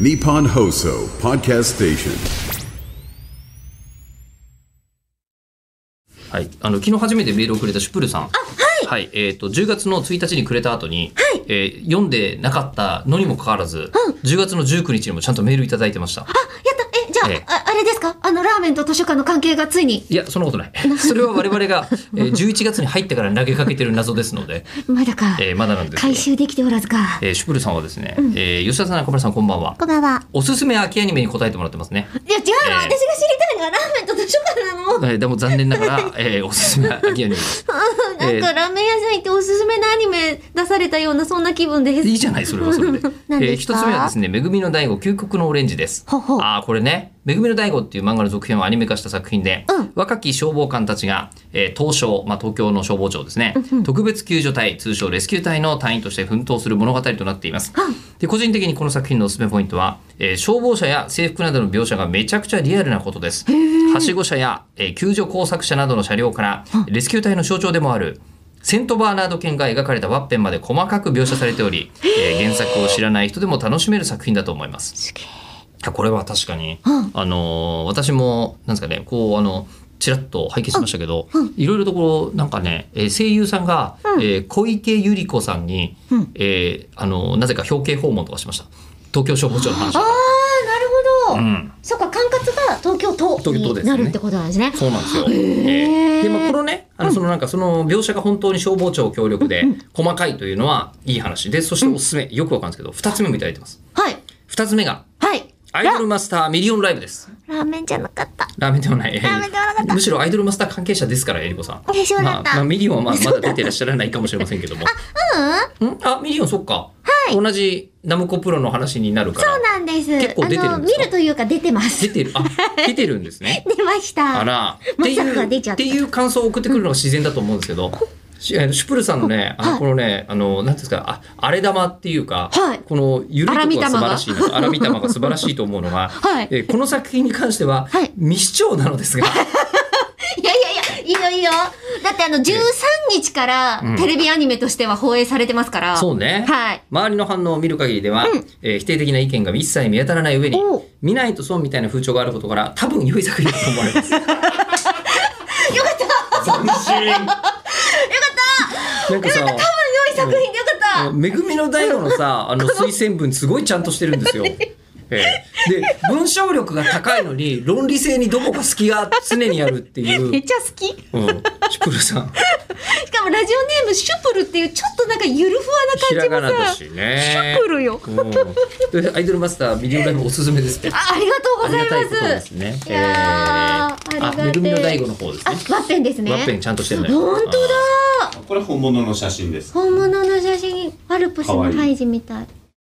Nippon Hoso Podcast Station. はい、あの昨日初めてメールをくれたシュプルさん。はい。えっ、と10月の1日にくれた後に、えー読んでなかったのにもかかわらず、10月の19日にもちゃんとメールいただいてました。あ、やえっえたえ、じゃあ、ああれですかあの、ラーメンと図書館の関係がついに、いやそんなことない。 それは我々が、えー11月に入ってから投げかけてる謎ですので、まだか、えーまだなんです回けど。収できておらずか。えーシュプルさんはですね、えー吉田さん中村さんこんばんは。こんばんは。おすすめ秋アニメに答えてもらってますね。いや、違うえの、え私が知りたいのはラーメンと図書館なの。えーでも残念ながら、えーおすすめ秋アニメです。なんえか、えラーメン屋さん行っておすすめのアニメ出されたような、そんな気分です。いいじゃない、それはそ れで。え何ーです一かつ目はですね、めぐみの大悟究極のオレンジです。ほうほうああ、これね、めぐみの大悟っていう漫画の続編をアニメ化した作品で、うん若き消防官たちが、えー東証、まあ、東京の消防庁ですね、特別救助隊、通称レスキュー隊の隊員として奮闘する物語となっています。で、個人的にこの作品のおすすめポイントは、えー消防車や制服などの描写がめちゃくちゃリアルなことです。はしご車や、えー救助工作車などの車両から、レスキュー隊の象徴でもある、セントバーナード犬が描かれたワッペンまで細かく描写されており、えー原作を知らない人でも楽しめる作品だと思います。すげえいやこれは確かに、うんあのー私もなんですかねこうあのちらっと拝見しましたけど、いろいろとこうなんかね、えー声優さんが、えー小池百合子さんに、うんえーあのーなぜか表敬訪問とかしました東京消防庁の話あをー、うなるほど。ん、そっか、管轄が東京都東京都ですねになるってことなんですね。そうなんですよ。えーへーでまあこのねあのそのなんかその描写が本当に消防庁協力で細かいというのはいい話でそしておすすめよくわかるんですけど2つ目もいただいてますはい。 2つ目がはい。アイドルマスターミリオンライブですラーメンじゃなかった。ラーメンではない。ーメンではなかったむしろアイドルマスター関係者ですから、えりこさん。でしょうだまっあ、たまあ、ミリオンはまあまだ出てらっしゃらないかもしれませんけど も。あ、うん。あ、ミリオン、そっか。同じナムコプロの話になるから。そうなんです。結構出てるんですかあの、見るというか出てます出。てる、 あ、出てるんですね。出ました。あら。っていまさう、かっ出ちゃったていう感想を送ってくるのが自然だと思うんですけど。しあのシュプルさんのね、あはのいこのね、あの、なんていうんですか、あ、荒れ玉っていうか、はいこの、ゆるいとこが素晴らしいなと、荒み玉が素晴らしいと思うのが、 はいえーこの作品に関しては、はい未視聴なのですが、いやいやいや、いいよいいよ。だってあの、13日からうんテレビアニメとしては放映されてますから。そうね。はい。周りの反応を見る限りでは、えー否定的な意見が一切見当たらない上におう見ないと損みたいな風潮があることから多分良い作品だと思われ ます。よかった斬新よかったなんかさ良い作品でよかっめぐみの大悟のさあの推薦文すごいちゃんとしてるん ですよ。ええで文章力が高いのに論理性にどこか隙が常にあるってい ためうっ、ちゃ好き。しうん、シュプルさんかもラジオネームシュプルっていうちょっとなんかゆるふわひらがななだ感じしもさ、ねシュプルよ。うんでアイドルマスターミリオンライブおすすめですって。あありがとうあごりざがいたいまこす。とですね。いやーえーあありがてえめぐみの大悟の方ですあ、ね。ワッペンですね。ワッペンちゃんとしてるのよ本当だ。これ本物の写真です。本物の写真、ワルプスのハイジみたい。